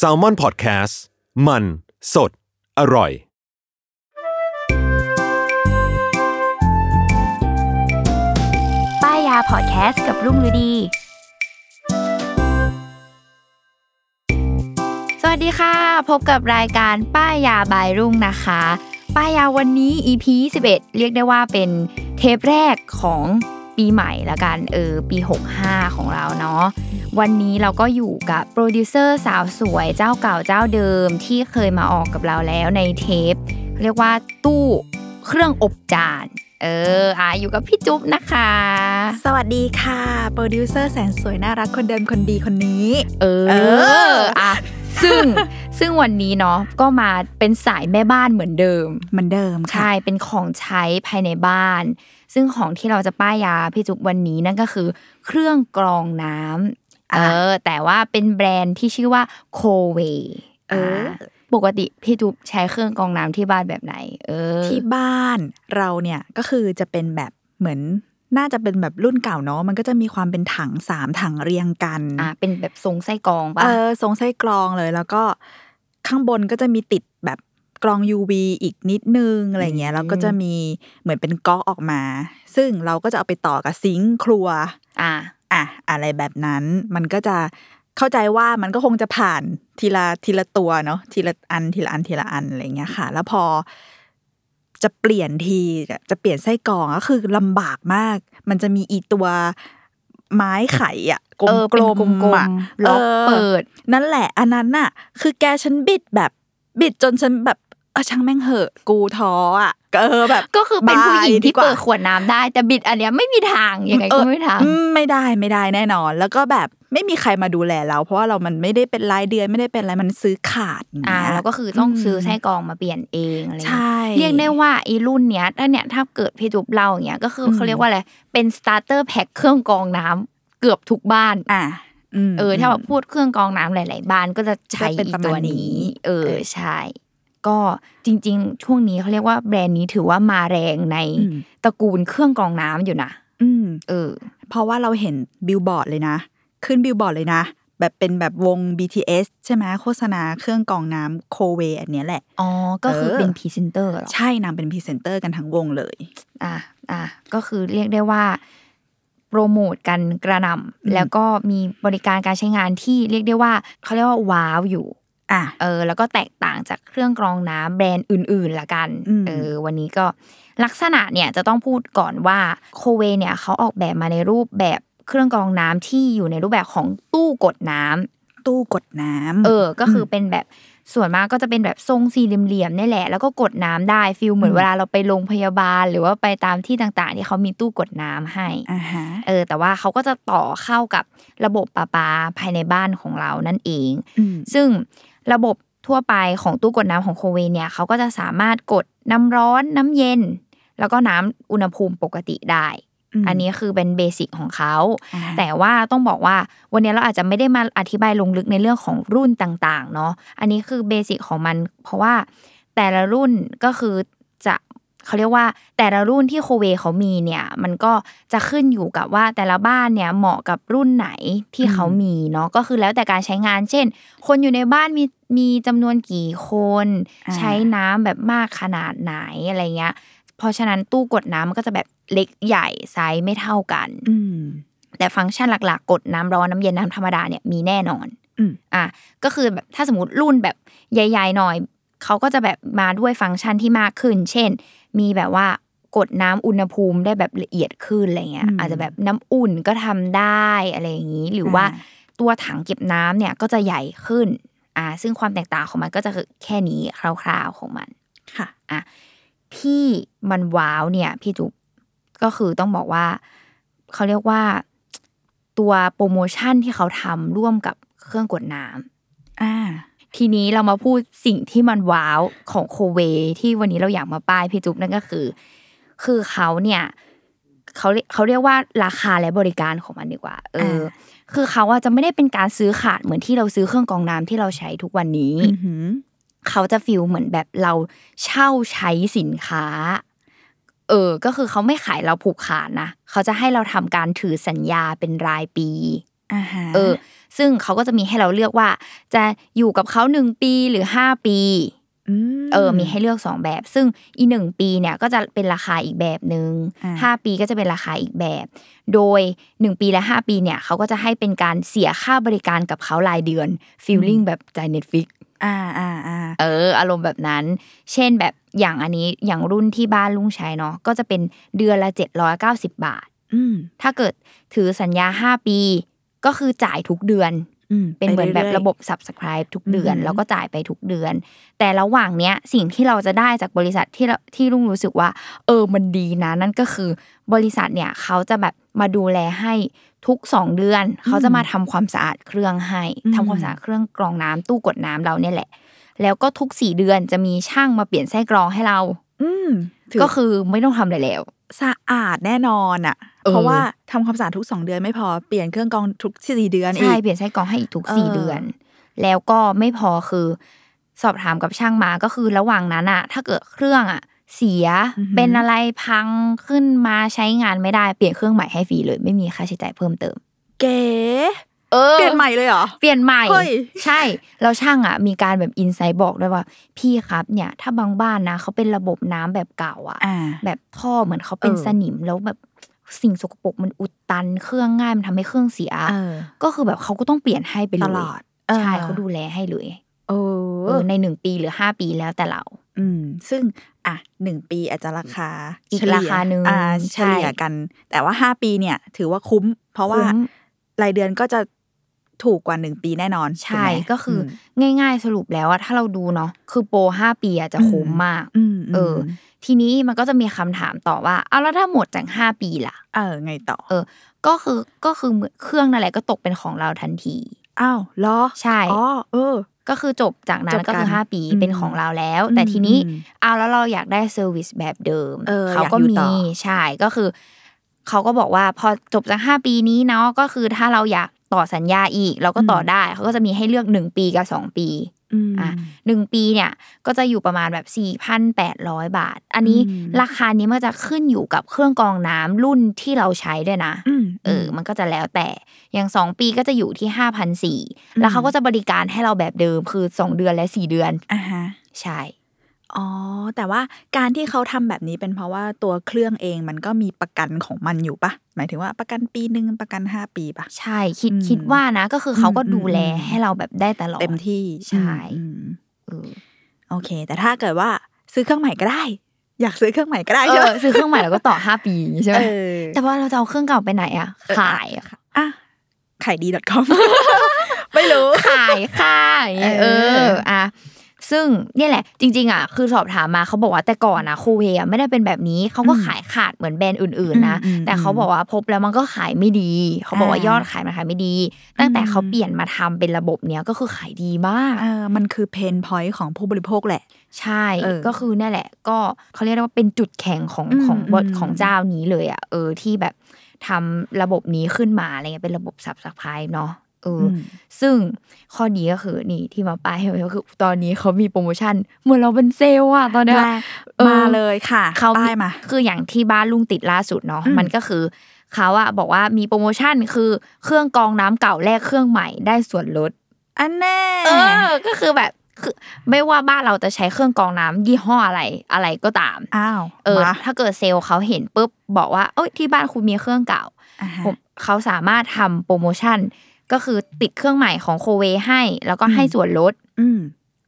s a l m o n PODCAST มันสดอร่อย ป้ายยาพอดแคสต์กับรุ่งฤดี สวัสดีค่ะ พบกับรายการป้ายยาบายรุ่งนะคะ ป้ายยาวันนี้ EP 11 เรียกได้ว่าเป็นเทปแรกของปีใหม่ละกันเออปี 65 ของเราเนาะ วันนี้เราก็อยู่กับโปรดิวเซอร์สาวสวยเจ้าเก่าเจ้าเดิมที่เคยมาออกกับเราแล้วในเทป เรียกว่าตู้เครื่องอบจาน เอออ่ะอยู่กับพี่จุ๊บนะคะ สวัสดีค่ะ โปรดิวเซอร์แสนสวยน่ารักคนเดิมคนดีคนนี้ เออ เออ อ่ะ ซึ่ง ซึ่งวันนี้เนาะ ก็มาเป็นสายแม่บ้านเหมือนเดิม เหมือนเดิมค่ะ ใช่ เป็นของใช้ภายในบ้าน ซึ่งของที่เราจะป้ายยาพี่จุ๊บวันนี้นั่นก็คือ เครื่องกรองน้ำเอ อ่ะ อ แต่ว่าเป็นแบรนด์ที่ชื่อว่าโคเว เออ ปกติพี่จุ๊บใช้เครื่องกรองน้ำที่บ้านแบบไหน เออ ที่บ้านเราเนี่ยก็คือจะเป็นแบบเหมือนน่าจะเป็นแบบรุ่นเก่าเนาะมันก็จะมีความเป็นถังสามถังเรียงกัน อ่ะ เป็นแบบทรงไส้กรองปะ เออทรงไส้กรองเลย แล้วก็ข้างบนก็จะมีติดแบบกรอง UV อีกนิดนึงอะไรเงี้ยแล้วก็จะมีเหมือนเป็นก๊อกออกมา ซึ่งเราก็จะเอาไปต่อกับซิงค์ครัว อ่ะ อ่ะอะไรแบบนั้นมันก็จะเข้าใจว่ามันก็คงจะผ่านทีละทีละตัวเนาะทีละอันทีละอันทีละอันอะไรอย่างเงี้ยค่ะ แล้วพอจะเปลี่ยนทีจะเปลี่ยนไส้กรองก็คือลำบากมาก มันจะมีอีตัวไม้ไขอ่ะกล เออเป็น ม กลม ๆอ่ะ ๆล็อกเปิด ออนั่นแหละ อันนั้นน่ะ คือแกฉันบิดแบบบิดจนฉันแบบเออช่างแม่งเหอะ กูท้ออ่ะเออแบบ ก็คือเป็นผู้หญิง บาย ที่ กว่า เปิดขวดน้ำได้ แต่บิดอันเนี้ยไม่มีทางยังไงก็ไม่มีทาง อืมไม่ได้ไม่ได้แน่นอน แล้วก็แบบไม่มีใครมาดูแลเรา เพราะว่าเรามันไม่ได้เป็นรายเดือนไม่ได้เป็นอะไรมันซื้อขาดย่ง อ่า เงี้ย แล้วก็คือต้อง อืม ซื้อไส้กรองมาเปลี่ยนเองอะไรอย่าง ใช่ เงี้ยเรียกได้ว่าไอีรุ่นเนี้ยถ้าเนี่ยถ้าเกิดพี่จุ๊บเราอย่างเงี้ยก็คืออ ม เขาเรียกว่าอะไรเป็นสตาร์เตอร์แพ็คเครื่องกรองน้ำเกือบทุกบ้าน อ่ะม เออถ้าแบบพูดเครื่องกรองน้ำหลาย ๆ บ้านก็จะใช้ จะเป็น อี ประ ตั มาวณนี้ นี้ เออ เออ ใช่ ก็จริง ๆ ช่วงนี้เขาเรียกว่าแบรนด์นี้ถือว่ามาแรงใน อืม ตระกูลเครื่องกรองน้ำอยู่นะ อืม เออ เพราะว่าเราเห็นบิลบอร์ดเลยนะ ขึ้นบิลบอร์ดเลยนะ แบบเป็นแบบวง BTS ใช่ไหมโฆษณาเครื่องกรองน้ำโคเวอันเนี้ยแหละ อ๋อ ก็คือเป็น เออ พรีเซนเตอร์เหรอ ใช่นางเป็นพรีเซนเตอร์กันทั้งวงเลย อ่ะอ่ะก็คือเรียกได้ว่า โปรโมทกันกระหน อืม ำแล้วก็มีบริการการใช้งานที่เรียกได้ว่าเขาเรียกว่าว้าวอยู่ อ่ะ เออ แล้วก็แตกต่างจากเครื่องกรองน้ำแบรนด์อื่นๆละกัน อืม เออ วันนี้ก็ลักษณะเนี่ยจะต้องพูดก่อนว่าโคเวเนี่ยเขาออกแบบมาในรูปแบบเครื่องกรองน้ำที่อยู่ในรูปแบบของตู้กดน้ำ ตู้กดน้ำ เออ ก็คือเป็นแบบส่วนมากก็จะเป็นแบบทรงสี่เหลี่ยมๆนี่แหละ แล้วก็กดน้ำได้ฟิลเหมือน อืม เวลาเราไปโรงพยาบาล หรือว่าไปตามที่ต่างๆ ที่เขามีตู้กดน้ำให้ อ่าฮะ เออ แต่ว่าเขาก็จะต่อเข้ากับระบบประปาภายในบ้านของเรานั่นเอง อืม ซึ่งระบบทั่วไปของตู้กดน้ำของโคเวเนี่ยเขาก็จะสามารถกดน้ำร้อนน้ำเย็น แล้วก็น้ำอุณหภูมิปกติได้ ม อันนี้คือเป็นเบสิกของเขา อ่า แต่ว่าต้องบอกว่าวันนี้เราอาจจะไม่ได้มาอธิบายลงลึกในเรื่องของรุ่นต่างๆ เนาะอันนี้คือเบสิกของมัน เพราะว่าแต่ละรุ่นก็คือจะเขาเรียกว่า แต่ละรุ่นที่โคเวเขามีเนี่ยมันก็จะขึ้นอยู่กับว่าแต่ละบ้านเนี่ยเหมาะกับรุ่นไหนที่เขามีเนาะก็คือแล้วแต่การใช้งาน เช่น คนอยู่ในบ้านมีมีจำนวนกี่คน อ่า ใช้น้ำแบบมากขนาดไหนอะไรเงี้ย เพราะฉะนั้นตู้กดน้ำมันก็จะแบบเล็กใหญ่ไซส์ไม่เท่ากัน อืม แต่ฟังก์ชันหลักๆ กดน้ำร้อนน้ำเย็นน้ำธรรมดาเนี่ยมีแน่นอน อืม อ่ะก็คือแบบถ้าสมมติรุ่นแบบใหญ่ๆหน่อย เขาก็จะแบบมาด้วยฟังก์ชันที่มากขึ้น เช่น มีแบบว่ากดน้ำอุณหภูมิได้แบบละเอียดขึ้นอะไรเงี้ย อาจจะแบบน้ำอุ่นก็ทำได้อะไรอย่างนี้ หรือว่าตัวถังเก็บน้ำเนี่ยก็จะใหญ่ขึ้นอ่าซึ่งความแตกต่างของมันก็จะคือแค่นี้คร่าวๆของมัน ค่ะ อะที่มันว้าวเนี่ยพี่จุ๊บก็คือต้องบอกว่า เขาเรียกว่าตัวโปรโมชั่นที่เขาทำร่วมกับ เครื่องกดน้ำ อ่า ทีนี้เรามาพูดสิ่งที่มันว้าวของโคเวที่วันนี้เราอยากมาป้ายพี่จุ๊บนั่นก็คือ คือเขาเนี่ยเขาเรียกเขาเรียกว่าราคาและบริการของมันดีกว่า เออ อ่า คือเขาอะจะไม่ได้เป็นการซื้อขาดเหมือนที่เราซื้อเครื่องกรองน้ำที่เราใช้ทุกวันนี้ อือหือ เขาจะฟีลเหมือนแบบเราเช่าใช้สินค้า เออ ก็คือเขาไม่ขายเราผูกขาดนะเขาจะให้เราทำการถือสัญญาเป็นรายปี อ่าฮะ เออ ซึ่งเขาก็จะมีให้เราเลือกว่า จะอยู่กับเขาหนึ่งปีหรือห้าปี ม เออ มีให้เลือกสองแบบ ซึ่งอีหนึ่งปีเนี่ยก็จะเป็นราคาอีกแบบหนึ่ง อ่า ห้าปีก็จะเป็นราคาอีกแบบ โดยหนึ่งปีและห้าปีเนี่ยเขาก็จะให้เป็นการเสียค่าบริการกับเขารายเดือนฟีลลิ่งแบบจ่ายเน็ตฟิก อ่าอ่าอ่า เอออารมณ์แบบนั้น เช่นแบบอย่างอันนี้อย่างรุ่นที่บ้านลุงใช้เนาะก็จะเป็นเดือนละ 790 บาท อืม ถ้าเกิดถือสัญญา 5 ปี ก็คือจ่ายทุกเดือน อืม เป็นเหมือนแบบ ไยๆ ระบบ subscribe ทุกเดือน อือหือ แล้วก็จ่ายไปทุกเดือน แต่ระหว่างเนี้ยสิ่งที่เราจะได้จากบริษัทที่เราที่ลุงรู้สึกว่า เออมันดีนะ นั่นก็คือบริษัทเนี่ยเขาจะแบบมาดูแลให้ทุกสองเดือน เขาจะมาทำความสะอาดเครื่องให้ทำความสะอาดเครื่องกรองน้ำตู้กดน้ำเราเนี่ยแหละ แล้วก็ทุกสี่เดือนจะมีช่างมาเปลี่ยนไส้กรองให้เรา อืมถือ ก็คือไม่ต้องทำอะไรแล้ว สะอาดแน่นอนอ่ะ เออ เพราะว่าทำความสะอาดทุกสองเดือนไม่พอเปลี่ยนเครื่องกรองทุกสี่เดือนอี ใช่ ก เปลี่ยนไส้กรองให้อีกทุก เออ สี่เดือน แล้วก็ไม่พอคือ สอบถามกับช่างมาก็คือระหว่างนั้นอะถ้าเกิดเครื่องอะเสียเป็นอะไรพังขึ้นมาใช้งานไม่ได้เปลี่ยนเครื่องใหม่ให้ฟรีเลย ไม่มีค่าใช้จ่ายเพิ่มเติม เก๋ เออ เปลี่ยนใหม่เลยเหรอ เปลี่ยนใหม่ เฮ้ย ใช่แล้วช่างอ่ะ มีการแบบอินไซต์บอกด้วยว่า พี่ครับเนี่ย ถ้าบางบ้านนะเขาเป็นระบบน้ำแบบเก่าอ่ะ อ่า แบบท่อเหมือนเขาเป็น เออ สนิมแล้วแบบสิ่งสกปรกมันอุดตันเครื่องง่ายมันทำให้เครื่องเสีย เออ ก็คือแบบเขาก็ต้องเปลี่ยนให้ไปเลย ตลอดเออ ใช่เขาดูแลให้เลย โอ้ เออในหนึ่งปีหรือห้าปีแล้วแต่เรา อืม ซึ่งอ่ะหนึ่งปีอาจจะราคา อีก เฉลี่ย ราคาหนึ่ง อ่าเฉลี่ย ใช่ กัน แต่ว่าห้าปีเนี่ย ถือว่าคุ้ม เพราะว่า คุ้ม รายเดือนก็จะถูกกว่าหนึ่งปีแน่นอน ใช่ ถูไหม ก็คือ ม อง่ายๆสรุปแล้วอะถ้าเราดูเนาะคือโปรห้าปีอะจะคุ้ม อืม มาก อืม เออ ทีนี้มันก็จะมีคำถามต่อว่าเอาแล้วถ้าหมดจากห้าปีล่ะ เออไงต่อ ก็คือก็คือเหมือนเครื่องนั่นแหละก็ตกเป็นของเราทันที อ้าวเหรอ ใช่ อ๋อเออ ก็คือจบจากนั้ จ น บกัน ก็คือ 5 ปี อืม เป็นของเราแล้ว อืม แต่ทีนี้ อืม เอาแล้วเราอยากได้เซอร์วิสแบบเดิม เออ ก็ อยากอยู่ มี ต่อ ใช่ก็คือเขาก็บอกว่าพอจบจาก 5 ปีนี้เนาะก็คือถ้าเราอยากต่อสัญญาอีก เราก็ต่อได้เขาก็จะมีให้เลือก 1 ปีกับ 2 ปี อืม อ่ะ 1 ปีเนี่ยก็จะอยู่ประมาณแบบ 4,800 บาท อันนี้ อืม ราคานี้มันจะขึ้นอยู่กับเครื่องกรองน้ำรุ่นที่เราใช้ด้วยนะ ม เออ มันก็จะแล้วแต่ อย่างสองปีก็จะอยู่ที่ห้าพันสี่ แล้วเขาก็จะบริการให้เราแบบเดิม คือสองเดือนและสี่เดือน อ่าฮะ ใช่ อ๋อ แต่ว่าการที่เขาทำแบบนี้เป็นเพราะว่าตัวเครื่องเองมันก็มีประกันของมันอยู่ปะ หมายถึงว่าประกันปีหนึ่งประกันห้าปีปะ ใช่ คิด อืม คิดว่านะ ก็คือเขาก็ อืม ดูแล อืม ให้เราแบบได้ตลอด เต็มที่ ใช่ อืม เออ โอเค แต่ถ้าเกิดว่าซื้อเครื่องใหม่ก็ได้ อยากซื้อเครื่องใหม่ก็ได้ เอ ใช่ไหม อซื้อเครื่องใหม่แล้วก็ต่อห้าปีอย่างงี้ใช่ไหม เออ แต่ว่าเราจะเอาเครื่องเก่าไปไหนอะขายอะ อ่ะขายดี .com ไม่รู้ ขายค่ะอย่างเงี้ย เอ เอ อ ออ่ะซึ่งเนี่ยแหละ จริง ๆอะคือสอบถามมาเขาบอกว่าแต่ก่อนอะโคเวอะไม่ได้เป็นแบบนี้เขาก็ขายขาดเหมือนแบรนด์อื่นๆนะ อืมม แต่เขาบอกว่าพบแล้วมันก็ขายไม่ดี เขาบอกว่า อ่าย ยอดขายมันขายไม่ดี ตั้งแต่ อืม เขาเปลี่ยนมาทำเป็นระบบเนี้ยก็คือขายดีมาก เออมันคือเพนพอยต์ของผู้บริโภคแหละ ใช่ เออ ก็คือนั่นแหละ ก็เขาเรียกได้ว่าเป็นจุดแข็งของ อืม ของบ อืม ของเจ้านี้เลยอ่ะเออที่แบบทำระบบนี้ขึ้นมาอะไรเงี้ยเป็นระบบสับสับไพเนาะเอออ ม ซึ่งข้อดีก็คือนี่ที่มาป้ายให้ไว้ก็คือตอนนี้เขามีโปรโมชั่นเหมือนเราเป็นเซลล์อะตอนเนี้ย มา เออ มาเลยค่ะ เขา ป้ายมา คืออย่างที่บ้านลุงติดล่าสุดเนาะ อืม มันก็คือเขาอะบอกว่ามีโปรโมชั่นคือเครื่องกรองน้ำเก่าแลกเครื่องใหม่ได้ส่วนลด อันแน่ เออ ก็คือแบบคือไม่ว่าบ้านเราจะใช้เครื่องกรองน้ำยี่ห้ออะไรอะไรก็ตาม อ้าว เออ มา ถ้าเกิดเซลล์เขาเห็นปุ๊บบอกว่าเอ้ยที่บ้านคุณมีเครื่องเก่า อ่ะฮะ ผมเขาสามารถทำโปรโมชั่น ก็คือติดเครื่องใหม่ของโคเวให้ แล้วก็ให้ อืม ส่วนลด อืม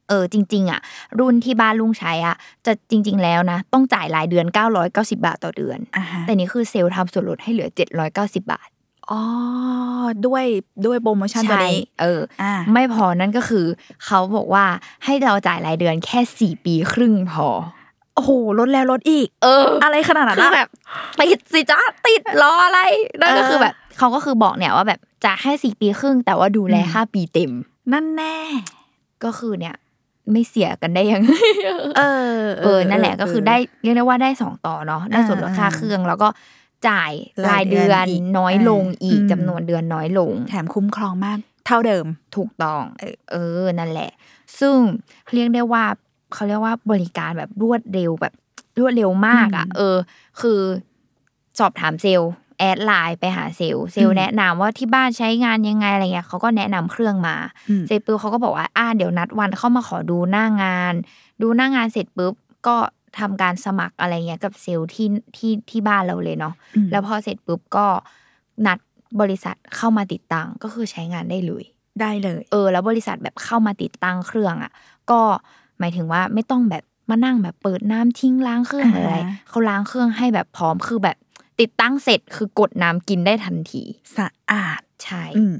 เออจริง ๆอ่ะ รุ่นที่บ้านลุงใช้อ่ะ จะจริง ๆ แล้วนะ ต้องจ่ายรายเดือน 990 บาทต่อเดือน อ่าฮะ แต่นี่คือเซลล์ทำส่วนลดให้เหลือ 790 บาท อ๋อ ด้วยด้วยโปรโมชั่นตัวนี้ เออ อ่า ไม่พอนั่นก็คือ เขาบอกว่าให้เราจ่ายรายเดือนแค่ 4 ปีครึ่งพอ โอ้โห ลดแล้วลดอีก เออ อะไรขนาดนั้น คือ อะ แบบติดสิจ้าติดรออะไรนั่นก็ เออ คือแบบเขาก็คือบอกเนี่ยว่าแบบ จากแค่สี่ปีครึ่ง แต่ว่าดูแล อืม ห้าปีเต็ม นั่นแน่ ก็คือเนี่ยไม่เสียกันได้ยัง เออ เออ นั่นแหละก็คือได้เรียกได้ว่าได้สองต่อเนาะได้ส่วนลดค่าเครื่อง แล้วก็จ่ายราร ายยเดื เดื ออนน อีก น้อยลงอีก อืม จำนวนเดือนน้อยลง แถมคุ้มครองมาก เท่าเดิม ถูกต้อง เออ นั่นแหละ ซึ่งเรียกได้ว่าเขาเรียกว่าบริการแบบรวดเร็วแบบรวดเร็วมากอ่ะ อืม เออ คือสอบถามเซลล์แอดไลน์ไปหาเซลล์เซล อื ล์ ม แนะนำว่าที่บ้านใช้งานยังไงอะไรเงี้ยเขาก็แนะนำเครื่องมา อืม เสร็จปุ๊บเขาก็บอกว่าอ่าเดี๋ยวนัดวันเข้ามาขอดูหน้างาน ดูหน้างานเสร็จปุ๊บก็ทำการสมัครอะไรเงี้ยกับเซลล์ที่ที่ที่บ้านเราเลยเนาะ อืม แล้วพอเสร็จปุ๊บก็นัดบริษัทเข้ามาติดตั้งก็คือใช้งานได้เลย ได้เลย เออแล้วบริษัทแบบเข้ามาติดตั้งเครื่องอ่ะ ก็หมายถึงว่าไม่ต้องแบบมานั่งแบบเปิดน้ำทิ้งล้างเครื่องหรืออะไร อ่าฮะ เขาล้างเครื่องให้แบบพร้อมคือแบบติดตั้งเสร็จคือกดน้ำกินได้ทันที สะอาด ใช่ อืม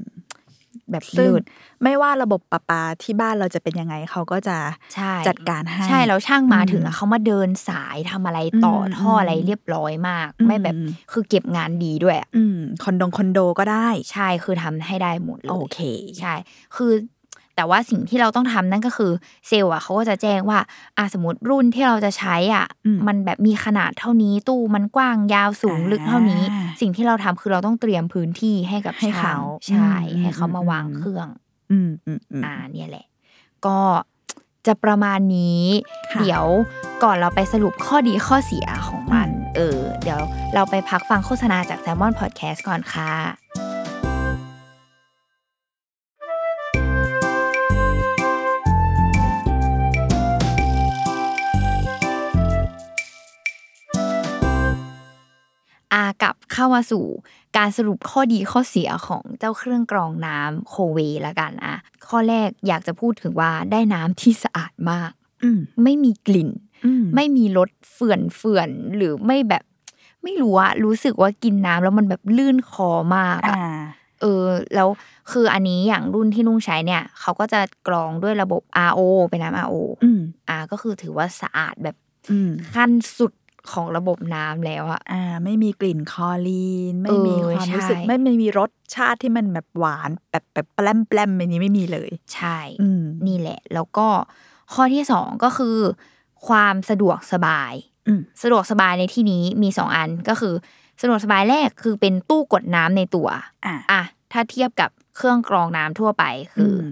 แบบ ซึ่ง เลิศ ไม่ว่าระบบประปาที่บ้านเราจะเป็นยังไงเขาก็จะ ใช่ จัดการให้ ใช่แล้วช่างมา อืม ถึงอะเขามาเดินสายทำอะไรต่ออ ม ท่ออะไรเรียบร้อยมาก ไม่แบบ อืม คือเก็บงานดีด้วยอะ อืมคอนโดงคอนโดก็ได้ ใช่คือทำให้ได้หมดเลย โอเค ใช่ คือแต่ว่าสิ่งที่เราต้องทำนั่นก็คือเซลล์อ่ะเขาก็จะแจ้งว่าอ่ะสมมติรุ่นที่เราจะใช้อ่ะ อืม มันแบบมีขนาดเท่านี้ตู้มันกว้างยาวสูง อ่า ลึกเท่านี้ สิ่งที่เราทำคือเราต้องเตรียมพื้นที่ให้กับ ให้ ช่ง เขา ใช่ อืม ให้เขา อืม มาวาง อืม เครื่อง อืมอืมอืม อ่าเนี่ยแหละ ก็จะประมาณนี้ ค่ะ เดี๋ยวก่อนเราไปสรุปข้อดีข้อเสียของมัน เออ เดี๋ยวเราไปพักฟังโฆษณาจาก s ซ l m o n Podcast ก่อนค่ะ อากลับเข้ามาสู่การสรุปข้อดีข้อเสียของเจ้าเครื่องกรองน้ำโคเวละกันอ่ะข้อแรกอยากจะพูดถึงว่าได้น้ำที่สะอาดมาก อืม ไม่มีกลิ่น อืม ไม่มีรสเฟื่อนเฟื่อนๆหรือไม่แบบ ไม่รู้อะรู้สึกว่ากินน้ำแล้วมันแบบลื่นคอมาก อ่า อะเออ แล้วคืออันนี้อย่างรุ่นที่ลุงใช้เนี่ย เขาก็จะกรองด้วยระบบ RO เป็นน้ำ RO อืม อ่าก็คือถือว่าสะอาดแบบ อืม ขั้นสุดของระบบน้ำแล้วอะ อ่า ไม่มีกลิ่นคอลีน ไม่มี เออ ความ ใช่ รู้สึกไม่ไม่มีรสชาติที่มันแบบหวานแบบแบบแปลมแปลมๆอันนี้ไม่มีเลย ใช่ อืม นี่แหละ แล้วก็ข้อที่สองก็คือ ความสะดวกสบาย อืม สะดวกสบายในที่นี้มีสองอันก็คือ สะดวกสบายแรกคือเป็นตู้กดน้ำในตัว อ่า อ่ะถ้าเทียบกับเครื่องกรองน้ำทั่วไปคืออ ม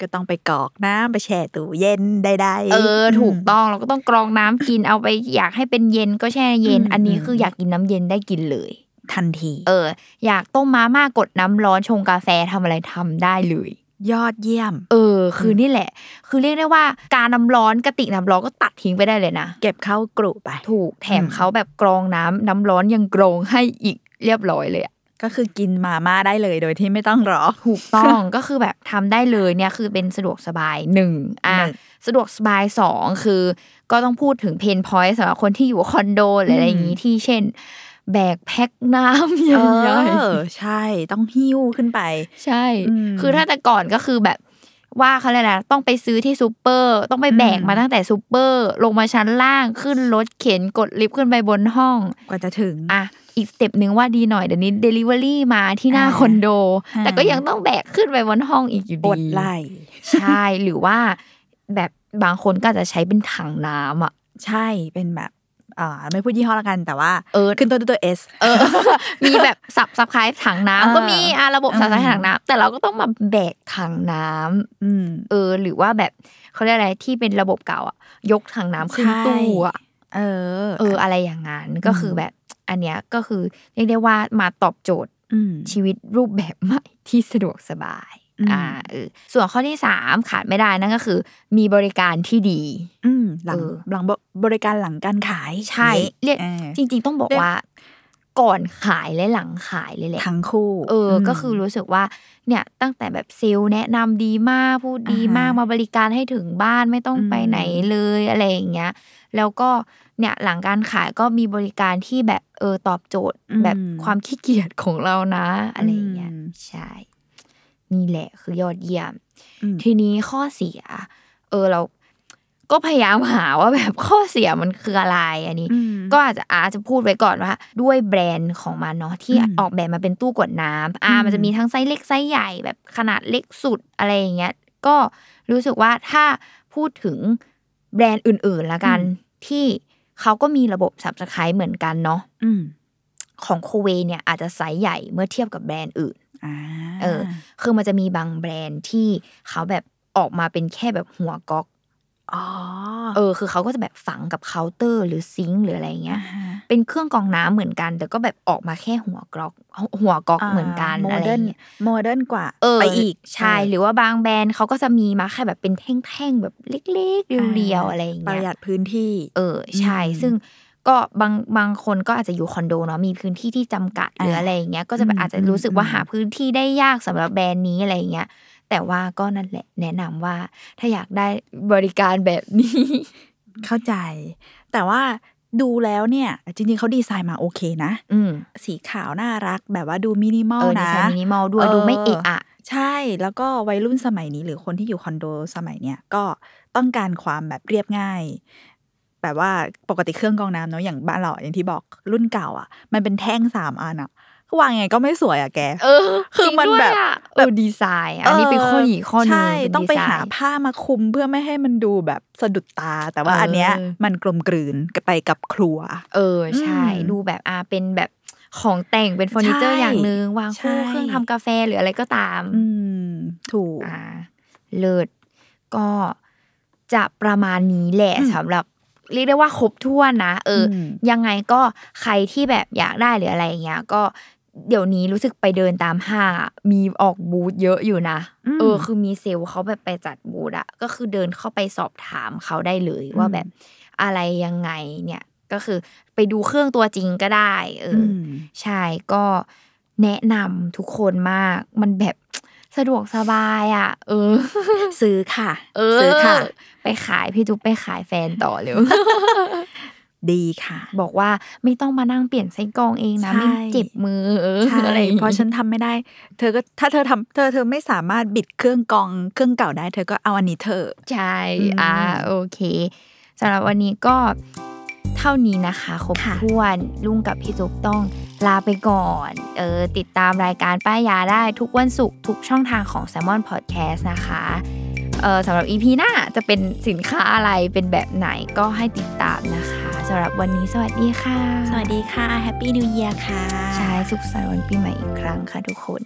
ก็ต้องไปกรอกน้ำไปแช่ตู้เย็นใดๆ เออ ม ถูกต้องเราก็ต้องกรองน้ำกินเอาไปอยากให้เป็นเย็นก็แช่เย็น อืม อันนี้ อืม คืออยากกินน้ำเย็นได้กินเลย ทันที เออ อยากต้มมาม่ากดน้ำร้อนชงกาแฟทำอะไรทำได้เลย ยอดเยี่ยม เออ คือนี่แหละ คือเรียกได้ว่าการน้ำร้อนกระติกน้ำร้อนก็ตัดทิ้งไปได้เลยนะ เก็บเข้ากรุไป ถูกแถม อืม เขาแบบกรองน้ำน้ำร้อนยังกรองให้อีกเรียบร้อยเลยอะ ก็คือกินมาม่าได้เลยโดยที่ไม่ต้องรอ ถูกต้อง ก็คือแบบทำได้เลยเนี่ยคือเป็นสะดวกสบายหนึ่งอ่ะ หนึ่ง สะดวกสบายสองคือก็ต้องพูดถึงเพนพอยต์สำหรับคนที่อยู่คอนโดหรืออะไรอย่างนี้ที่เช่น แบกแพ็คน้ำให เอ ญ่ อ ใช่ ต้องหิ้วขึ้นไป ๆใช่ อืม คือถ้าแต่ก่อนก็คือแบบว่าเขาเลยกอะไรนะต้องไปซื้อที่ซูเปอร์ ต้องไปแบก อืม มาตั้งแต่ซูเปอร์ลงมาชั้นล่างขึ้นรถเข็นกดลิฟต์ขึ้นไปบนห้อง กว่าจะถึง อ่ะอีกสเต็ปหนึ่งว่าดีหน่อยเดี๋ยวนี้ Delivery มาที่หน้า อ่า คอนโด อ่า แต่ก็ยังต้องแบกขึ้นไปบนห้องอีกอยู่ดีปวดไหล ใช่ หรือว่าแบบบางคนก็อาจจะใช้เป็นถังน้ำอ่ะ ใช่เป็นแบบอ่าไม่พูดยี่ห้อละกันแต่ว่า เออ ขึ้นต้นด้วยตัวเอส เออ มีแบบสับสับคล้ายถังน้ำ อ่า ก็มีอ่ะระบบสับคล้าย อืม ถังน้ำแต่เราก็ต้องมาแบกถังน้ำ อืม เออ หรือว่าแบบเขาเรียกอะไรที่เป็นระบบเก่าอ่ะ ยกถังน้ำขึ้น ใช่ ตู้อ่ะ เออ เออ อะไรอย่างนั้นก็คือแบบอันเนี้ยก็คือเรียกได้ว่ามาตอบโจทย์ อืม ชีวิตรูปแบบใหม่ที่สะดวกสบาย อืม อ่าเออส่วนข้อที่สามขาดไม่ได้นั่นก็คือ มีบริการที่ดี อืมหลัง เออ หลังบบริการหลังการขาย ใช่เรียก ออ จริง ๆ ต้องบอกว่า ก่อนขายและหลังขายเลยแหละ ทั้งคู่ เออ ม ก็คือรู้สึกว่าเนี่ยตั้งแต่แบบเซลล์แนะนำดีมากพูดดี อ่าฮะ มากมาบริการให้ถึงบ้านไม่ต้อง อืม ไปไหนเลยอะไรอย่างเงี้ย แล้วก็เนี่ยหลังการขายก็มีบริการที่แบบเออตอบโจทย์แบบความขี้เกียจของเรานะอะไรอย่างเงี้ย ม ใช่ นี่แหละคือยอดเยี่ยม อืม ทีนี้ข้อเสีย เออเรา ก็พยายามหาว่าแบบข้อเสียมันคืออะไรอันนี้ ก็ ก็อาจจะอาจจะพูดไว้ก่อนว่า ด้วยแบรนด์ของมันเนาะที่ อืม ออกแบบมาเป็นตู้กวดน้ำอ่า อืม มันจะมีทั้งไซส์เล็กไซส์ใหญ่แบบขนาดเล็กสุดอะไรอย่างเงี้ยก็รู้สึกว่าถ้าพูดถึงแบรนด์อื่นๆละกันที่เขาก็มีระบบ subscribe เหมือนกันเนาะ อืม ของโคเวเนี่ยอาจจะไซส์ใหญ่เมื่อเทียบกับแบรนด์อื่น อ่า เออ คือมันจะมีบางแบรนด์ที่เขาแบบออกมาเป็นแค่แบบหัวก๊อก อ๋อ เออคือเขาก็จะแบบฝังกับเคาน์เตอร์ หรือซิงค์หรืออะไรอย่างเงี้ย ฮะ เป็นเครื่องกรองน้ำเหมือนกัน แต่ก็แบบออกมาแค่หัวกรอก หัวกรอกเหมือนกัน โม อะไรอ เดิร์น ย่างเงี้ย โมเดิร์นกว่า เออ ไปอีก ใช่หรือว่าบางแบรนด์เขาก็จะมีมาแค่แบบเป็นแท่งๆแบบเล็กๆเรียวๆอะไรอย่าง ป เงี้ ระยหยัดพื้นที่ เออใช่ อืม ซึ่งก็บางบางคนก็อาจจะอยู่คอนโดเนาะมีพื้นที่ที่จำกัดหรืออะไรอย่างเงี้ยก็จะแบบ อืม อาจจะรู้สึกว่า อืม หาพื้นที่ได้ยากสำหรับแบรนด์นี้อะไรอย่างเงี้ยแต่ว่าก็นั่นแหละแนะนำว่าถ้าอยากได้บริการแบบนี้ เข้าใจ แต่ว่าดูแล้วเนี่ย จริงๆเขาดีไซ น์มาโอเคนะ อืม สีขาวน่ารักแบบว่าดูมินิมอ เออลดี นะ ไซน์มินิมอลด้วย เออ ดูไม่เอะอะ ใช่แล้วก็วัยรุ่นสมัยนี้หรือคนที่อยู่คอนโดสมัยเนี้ยก็ต้องการความแบบเรียบง่าย แบบว่าปกติเครื่องกรองน้ำเนาะอย่างบ้านเราอย่างที่บอกรุ่นเก่าอ่ะ มันเป็นแท่งสามอันอ่ะวางยังไงก็ไม่สวยอ่ะแก เออ คือมันแบบ แบ แบบ บ ดีไซน์อะอันนี้เป็นข้อหนีข้อหนึง ใช่ เป็น ต้องไป ดีซ หา น์ ผ้ามาคุมเพื่อไม่ให้มันดูแบบสะดุดตา แต่ว่าอันเนี้ย เออ มันกลมกลืนไปกับครัว เออใช่ อืม ดูแบบอาเป็นแบบของแต่งเป็นเฟอร์นิเจอร์ ใช่ อย่างหนึ่งวางคู่ ใช่ เครื่องทำกาแฟหรืออะไรก็ตาม อืม ถูก อ่าเลิศก็จะประมาณนี้แหละ อืม สำหรับเรียกได้ว่าครบถ้วนนะ เอออ ม ยังไงก็ใครที่แบบอยากได้หรืออะไรอย่างเงี้ยก็เดี๋ยวนี้รู้สึกไปเดินตามห้างอะมีออกบูธเยอะอยู่นะ เออคือมีเซลล์เขาแบบไปจัดบูธอะก็คือเดินเข้าไปสอบถามเขาได้เลย อืม ว่าแบบอะไรยังไงเนี่ยก็คือไปดูเครื่องตัวจริงก็ได้เอออ ม ใช่ก็แนะนำทุกคนมาก มันแบบ สะดวกสบายอะเออ ซื้อค่ะ เออ ซื้อค่ะ ไปขายพี่จุ๊บไปขายแฟนต่อเร็ว ดีค่ะ บอกว่าไม่ต้องมานั่งเปลี่ยนไส้กรองเองนะ ไม่ ใช่ เจ็บมือเออ ใช่ อะไรอย่างงี้ เพราะฉันทำไม่ได้ เธอก็ถ้าเธอทำเธอเธอไม่สามารถบิดเครื่องกรองเครื่องเก่าได้ เธอก็เอาอันนี้เธอะ ใช่ อืม อ่าโอเคสำหรับวันนี้ก็เท่านี้นะคะครบ ค่ะ ถ้วนลุงกับพี่จุ๊บต้องลาไปก่อน เออติดตามรายการป้ายาได้ทุกวันศุกร์ทุกช่องทางของ s ซ l m o n Podcast นะคะเออสำหรับ EP หน้าจะเป็นสินค้าอะไรเป็นแบบไหนก็ให้ติดตามนะคะสำหรับวันนี้สวัสดีค่ะ สวัสดีค่ะแฮปปี้นิวเยียร์ค่ะ ใช่สุขสันต์วันปีใหม่อีกครั้งค่ะทุกคน